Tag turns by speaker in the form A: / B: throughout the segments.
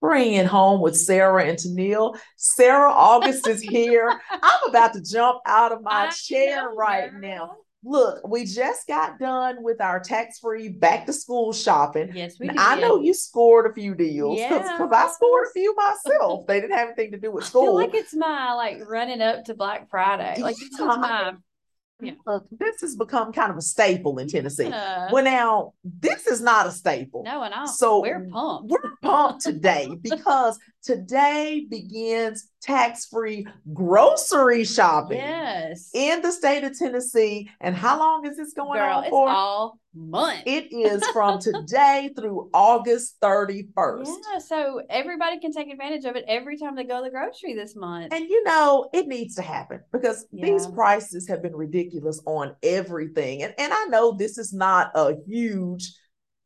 A: praying home with Sarah and Tennille. Sarah August is here. I'm about to jump out of my
B: I
A: chair
B: know,
A: right
B: girl.
A: now. Look, we just got done with our tax free back to school shopping.
B: Yes, we
A: And
B: did.
A: I know you scored a few deals because
B: Yeah.
A: I scored a few myself. they didn't have anything to do with
B: I feel
A: school.
B: like it's my like running up to Black Friday. Like this is
A: Yeah.
B: my
A: Look, this has become kind of a staple in Tennessee.
B: uh,
A: Well, now, this is not a staple.
B: no, and I.
A: so
B: we're pumped.
A: We're pumped today because today begins tax free grocery shopping
B: yes,
A: in the state of Tennessee. And how long is this going
B: girl,
A: on
B: it's
A: for?
B: all month.
A: it is from today through August 31st.
B: Yeah, so everybody can take advantage of it every time they go to the grocery this month.
A: And you know, it needs to happen because these
B: Yeah.
A: prices have been ridiculous on everything. And, and I know this is not a huge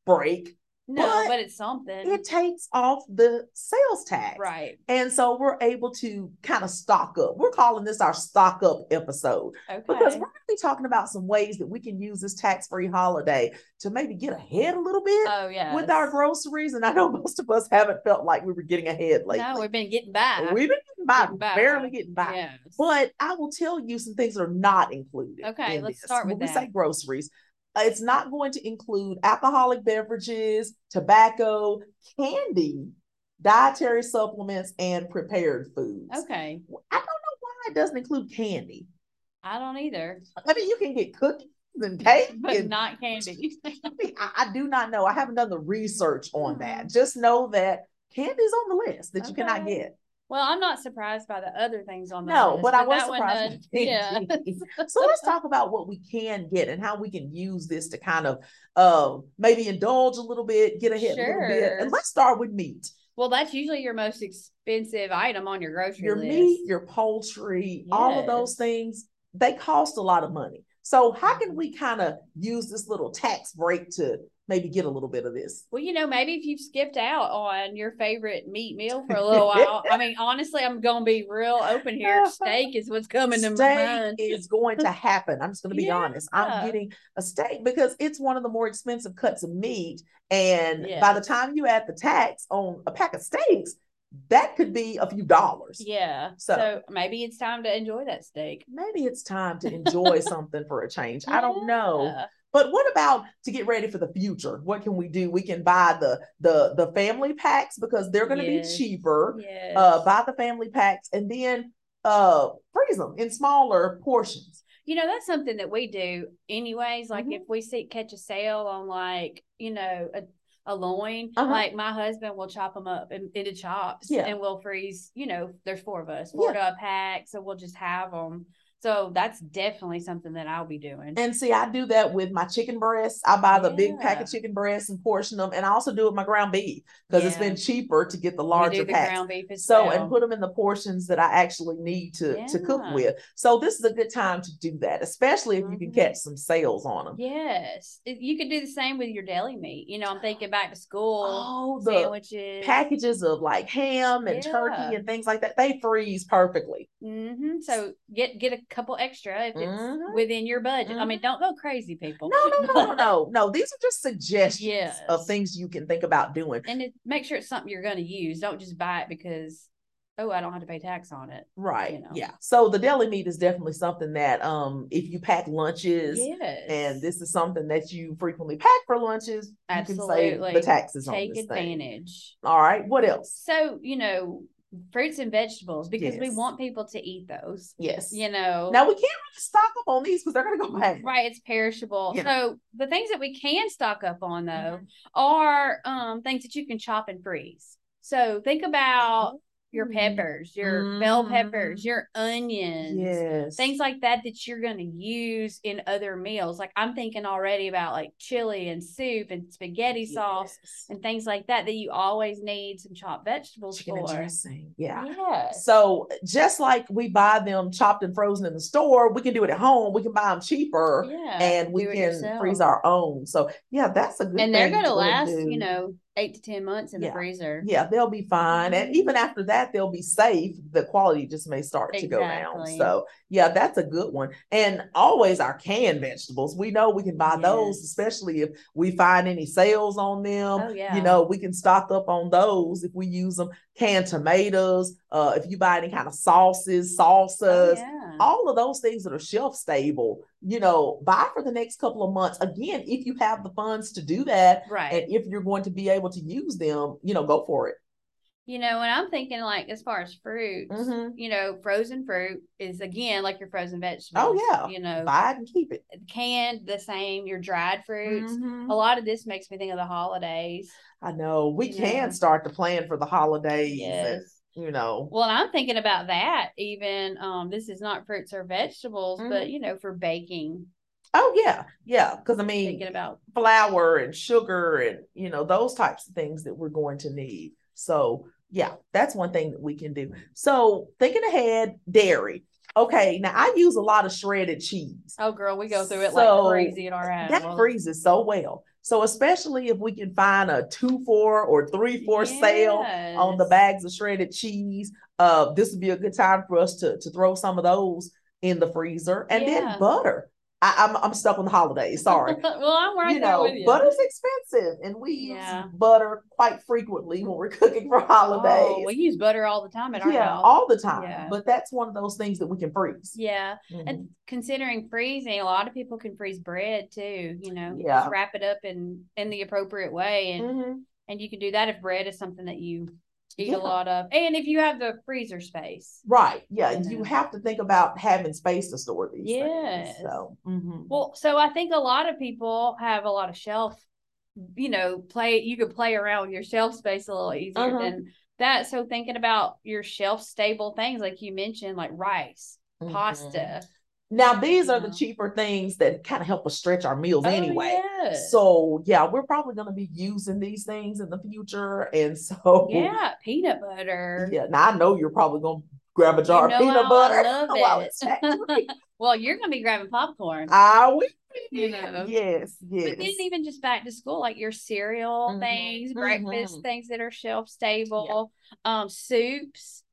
A: break,
B: no,
A: what?
B: but it's something,
A: it takes off the sales tax.
B: right?
A: And so we're able to kind of stock up. We're calling this our stock up episode because
B: Okay.
A: we're really talking about some ways that we can use this tax free holiday to maybe get ahead a little bit
B: Oh yeah.
A: with our groceries. And I know most of us haven't felt like we were getting ahead lately.
B: No, we've been getting by.
A: We've been getting by,
B: Getting by.
A: barely getting by.
B: Yes.
A: But I will tell you some things that are not included.
B: Okay,
A: in
B: let's
A: this.
B: start with
A: when we
B: that.
A: say groceries. uh, It's not going to include alcoholic beverages, tobacco, candy, dietary supplements, and prepared foods.
B: Okay.
A: I don't know why it doesn't include candy.
B: I don't either,
A: I mean, you can get cookies and cake,
B: but
A: and
B: not candy.
A: I, mean, I- I do not know. I haven't done the research on that.
B: Mhm.
A: Just know that candy's on the list that you cannot
B: Okay.
A: get.
B: Well, I'm not surprised by the other things on the
A: No,
B: list,
A: but I was
B: that one uh,
A: surprised.
B: does- yeah.
A: so let's talk about what we can get and how we can use this to kind of um maybe indulge a little bit, get ahead a little bit.
B: Sure.
A: And let's start with meat.
B: Well, that's usually your most expensive item on your grocery
A: Your
B: list.
A: meat, your poultry, all of those things, they cost a lot of money. So how
B: Mm-hmm.
A: can we kind of use this little tax break to maybe get a little bit of this?
B: Well, you know, maybe if you've skipped out on your favorite meat meal for a little while, I mean, honestly, I'm gonna be real open here. Steak is what's coming to my
A: Steak
B: mind.
A: is going to happen. I'm just going to be
B: Yeah.
A: honest. I'm getting a steak because it's one of the more expensive cuts of meat. And by the time you add the tax on a pack of steaks, that could be a few dollars.
B: Yeah.
A: So-
B: So, maybe it's time to enjoy that steak.
A: Maybe it's time to enjoy something for a change. I don't know.
B: Yeah.
A: But what about to get ready for the future? What can we do? We can buy the the the family packs because they're going to
B: Yes.
A: be cheaper.
B: Yes.
A: Uh, buy the family packs and then uh freeze them in smaller portions.
B: you know that's something that we do anyways like
A: Mhm.
B: if we see catch a sale on like you know a, a loin
A: Uh-huh.
B: like my husband will chop them up in, into chops
A: Yeah.
B: and we'll freeze you know there's four of us four to a pack so we'll just have them so that's definitely something that i'll be doing
A: And see, I do that with my chicken breasts. I buy the big pack
B: Yeah.
A: of chicken breasts and portion them, and I also do it with my ground beef because it's
B: Yeah.
A: been cheaper to get the
B: We
A: larger
B: do the
A: packs.
B: ground beef as
A: so
B: well.
A: and put them in the portions that I actually need to to cook
B: Yeah.
A: with. So this is a good time to do that, especially if you can
B: Mhm.
A: catch some sales on them.
B: yes It- you could do the same with your deli meat you know i'm thinking back to school
A: Oh, the
B: sandwiches
A: packages of like ham and turkey
B: Yeah.
A: and things like that, they freeze perfectly.
B: hmm So get get a couple extra if it's
A: Mhm.
B: within your budget. I mean, don't go crazy, people.
A: Mm-hmm. No, no, no, no, no, no. These are just suggestions of
B: Yes.
A: things you can think about doing.
B: and it, make sure it's something you're going to use. Don't just buy it because oh, I don't have to pay tax on it.
A: Right.
B: know.
A: Yeah. So the deli meat is definitely something that um if you pack lunches
B: Yes.
A: and this is something that you frequently pack for lunches, you can save the
B: Absolutely.
A: taxes on
B: take
A: this thing.
B: advantage.
A: All right. What else?
B: So you know, fruits and vegetables because we
A: Yes.
B: want people to eat those.
A: Yes.
B: You know.
A: Now we can't really stock up on these because they're gonna go bad.
B: Right, it's perishable.
A: Yeah. Mm-hmm.
B: So the things that we can stock up on though are um, things that you can chop and freeze. So think about your
A: Mm.
B: peppers, your bell
A: Mm.
B: peppers, your onions,
A: Yes.
B: things like that that you're going to use in other meals. Like I'm thinking already about like chili and soup and spaghetti sauce
A: Yes.
B: and things like that that you always need some chopped vegetables
A: chicken and
B: for.
A: dressing. Yeah.
B: Yes.
A: So just like we buy them chopped and frozen in the store, we can do it at home. We can buy them cheaper
B: yeah.
A: and we
B: do it
A: can
B: yourself.
A: freeze our own. So yeah, that's a good
B: And they're
A: thing
B: going to
A: go
B: last,
A: do.
B: you know, eight to ten months in
A: Yeah.
B: the freezer.
A: yeah, they'll be fine. And even
B: Mm-hmm.
A: after that, they'll be safe. The quality just may start to go down.
B: Exactly.
A: So, yeah, that's a good one. And always our canned vegetables. We know we can buy those,
B: Yes.
A: especially if we find any sales on them.
B: Oh, yeah.
A: You know, we can stock up on those if we use them. Canned tomatoes, uh, if you buy any kind of sauces, salsas,
B: Oh, yeah.
A: all of those things that are shelf stable, you know, buy for the next couple of months. Again, if you have the funds to do that
B: Right.
A: and if you're going to be able to use them, you know, go for it.
B: You know, and I'm thinking like as far as fruits,
A: Mhm.
B: you know, frozen fruit is again like your frozen vegetables.
A: Oh, yeah.
B: You know,
A: Buy it and keep it.
B: canned the same, your dried fruits.
A: Mhm.
B: A lot of this makes me think of the holidays.
A: I know we
B: You
A: can
B: know.
A: start to plan for the holidays, and,
B: Yes.
A: you know.
B: Well, and I'm thinking about that even. Um, this is not fruits or vegetables, but
A: Mm-hmm.
B: you know, for baking,
A: Oh, yeah. Yeah. Because I mean,
B: thinking about
A: flour and sugar and, you know, those types of things that we're going to need. So, yeah, that's one thing that we can do. So, thinking ahead, dairy. Okay. Now, I use a lot of shredded cheese.
B: oh girl, we go through it
A: So,
B: like crazy in our house.
A: that freezes so well. So especially if we can find a two four or three four sale on the
B: Yes.
A: bags of shredded cheese, uh, this would be a good time for us to to throw some of those in the freezer, and
B: Yeah.
A: then butter. I, I'm I'm stuck on the holidays. Sorry,
B: well, I'm right
A: you
B: there
A: know
B: with you.
A: butter's expensive, and we use
B: Yeah.
A: butter quite frequently when we're cooking for holidays.
B: Oh, we use butter all the time at our
A: yeah,
B: house.
A: all the time.
B: Yeah.
A: But that's one of those things that we can freeze.
B: yeah,
A: Mhm.
B: and considering freezing, a lot of people can freeze bread too. You know, just
A: Yeah.
B: wrap it up in in the appropriate way, and
A: Mhm.
B: and you can do that if bread is something that you eat
A: Yeah.
B: a lot of, and if you have the freezer space.
A: Right. Yeah.
B: You
A: You
B: know.
A: have to think about having space to store these.
B: Yes.
A: Things, so, mhm.
B: Well, so I think a lot of people have a lot of shelf, you know, play you could play around with your shelf space a little easier
A: Uh-huh.
B: than that. So thinking about your shelf stable things like you mentioned, like rice,
A: Mhm.
B: pasta.
A: Now, these are the
B: Yeah.
A: cheaper things that kind of help us stretch our meals
B: Oh,
A: anyway.
B: yes.
A: So, yeah, we're probably going to be using these things in the future. And so,
B: yeah, peanut butter.
A: yeah, now I know you're probably going to grab a jar
B: know
A: of peanut
B: how I
A: butter.
B: love
A: while
B: it.
A: it's factory.
B: Well, you're gonna be grabbing popcorn.
A: I will.
B: You know.
A: Yes. Yes.
B: But then even just back to school, like your cereal
A: Mhm,
B: things,
A: mhm.
B: breakfast things that are shelf stable, um, soups.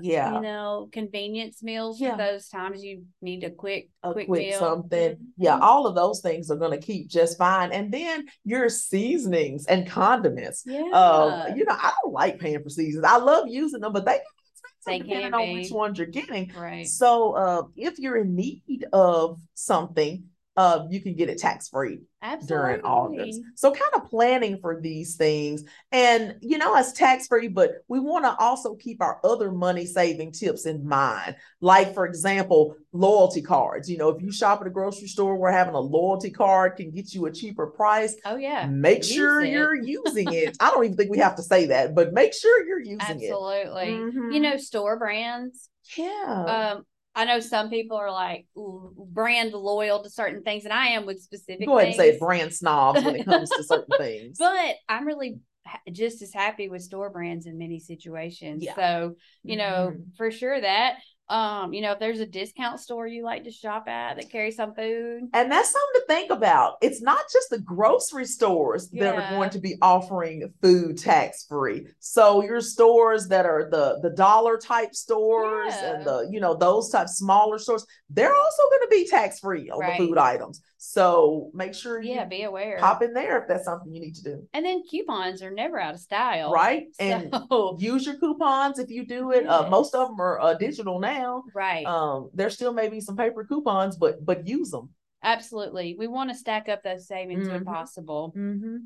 A: yeah.
B: you know, convenience meals
A: Yeah.
B: for those times you need a quick,
A: a quick,
B: quick, meal.
A: something. Yeah,
B: Mhm.
A: all of those things are going to keep just fine. And then your seasonings and condiments.
B: Yeah.
A: Um, you know, I don't like paying for seasons. I love using them, but they can be
B: They
A: expensive depending
B: can
A: on which
B: be.
A: ones you're getting.
B: right.
A: So, uh, if you're in need of something, uh, you can get it tax free
B: Absolutely.
A: during August. So kind of planning for these things. And you know, it's tax free, but we want to also keep our other money saving tips in mind. Like for example, loyalty cards. You know, if you shop at a grocery store where having a loyalty card can get you a cheaper price,
B: Oh yeah.
A: make
B: use
A: sure
B: it.
A: you're using it. I don't even think we have to say that, but make sure you're using it.
B: Absolutely. You
A: Mhm.
B: know, store brands.
A: yeah.
B: Um, I know some people are like l- brand loyal to certain things, and I am with specific.
A: Go ahead and say it,
B: things,
A: brand snobs when it comes to certain things.
B: But I'm really ha- just as happy with store brands in many situations.
A: Yeah.
B: So you know
A: Mhm.
B: for sure that um, you know if there's a discount store you like to shop at that carries some food.
A: And that's something to think about. It's not just the grocery stores that are
B: Yeah.
A: going to be offering food tax free. So your stores that are the the dollar type stores and
B: Yeah.
A: the you know those type smaller stores, they're also going to be tax free on
B: Right.
A: the food items. So make sure you
B: Yeah, be aware.
A: Mm-hmm. pop in there if that's something you need to do.
B: And then coupons are never out of style,
A: Right? And
B: So,
A: use your coupons if you do it. Uh,
B: Yes.
A: most of them are uh, digital now.
B: right,
A: Um, there still may be some paper coupons, but but use them.
B: absolutely. We want to stack up those savings
A: Mhm.
B: when possible.
A: Mm-hmm.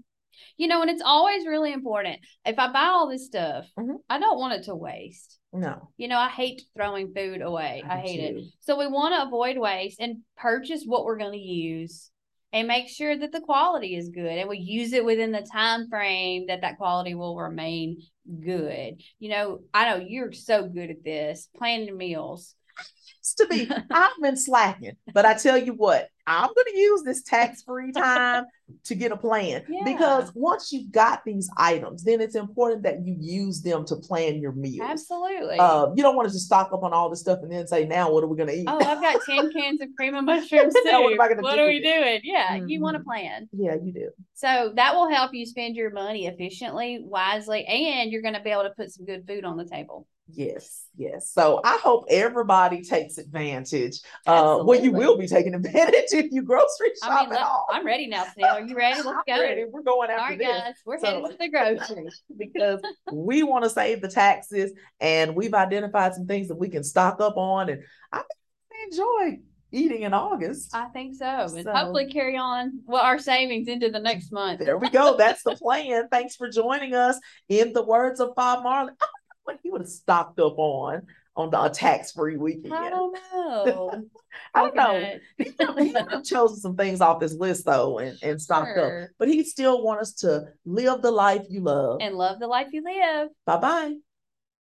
B: You know, and it's always really important. If I buy all this stuff,
A: Mhm.
B: I don't want it to waste.
A: No,
B: You know, I hate throwing food away. I hate it.
A: do.
B: So we want to avoid waste and purchase what we're going to use and make sure that the quality is good and we use it within the time frame that that quality will remain good. You know, I know you're so good at this, planning meals.
A: used to be. I've been slacking, but I tell you what, I'm going to use this tax free time to get a plan
B: Yeah.
A: because once you've got these items, then it's important that you use them to plan your meals.
B: Absolutely.
A: Uh, you don't want to just stock up on all this stuff and then say, now what are we going to eat?
B: oh, I've got 10 cans of cream of mushroom soup.
A: Now what am I gonna
B: what
A: do
B: are
A: with
B: we
A: it?
B: doing? Yeah, you want to
A: Mhm.
B: plan.
A: yeah, you do.
B: So that will help you spend your money efficiently, wisely, and you're going to be able to put some good food on the table.
A: Yes, yes. So I hope everybody takes advantage. Uh, well, you
B: Absolutely.
A: will be taking advantage if you grocery shop
B: I mean,
A: at
B: look,
A: all.
B: I'm ready now, Snail. Are you ready? Let's
A: I'm
B: go.
A: ready. We're going
B: All
A: after
B: right,
A: this.
B: guys, we're
A: So-
B: headed to the grocery.
A: because we want to save the taxes and we've identified some things that we can stock up on and I think we enjoy eating in August.
B: I think so. And
A: So-
B: hopefully carry on well, our savings into the next month.
A: There we go. That's the plan. Thanks for joining us. In the words of Bob Marley, I wonder what he would have stocked up on on the tax free weekend.
B: I don't know.
A: I don't know.
B: Coconut,
A: He probably would have chosen some things off this list though and, and stocked up.
B: sure.
A: But he still wants us to live the life you love.
B: And love the life you live.
A: Bye bye.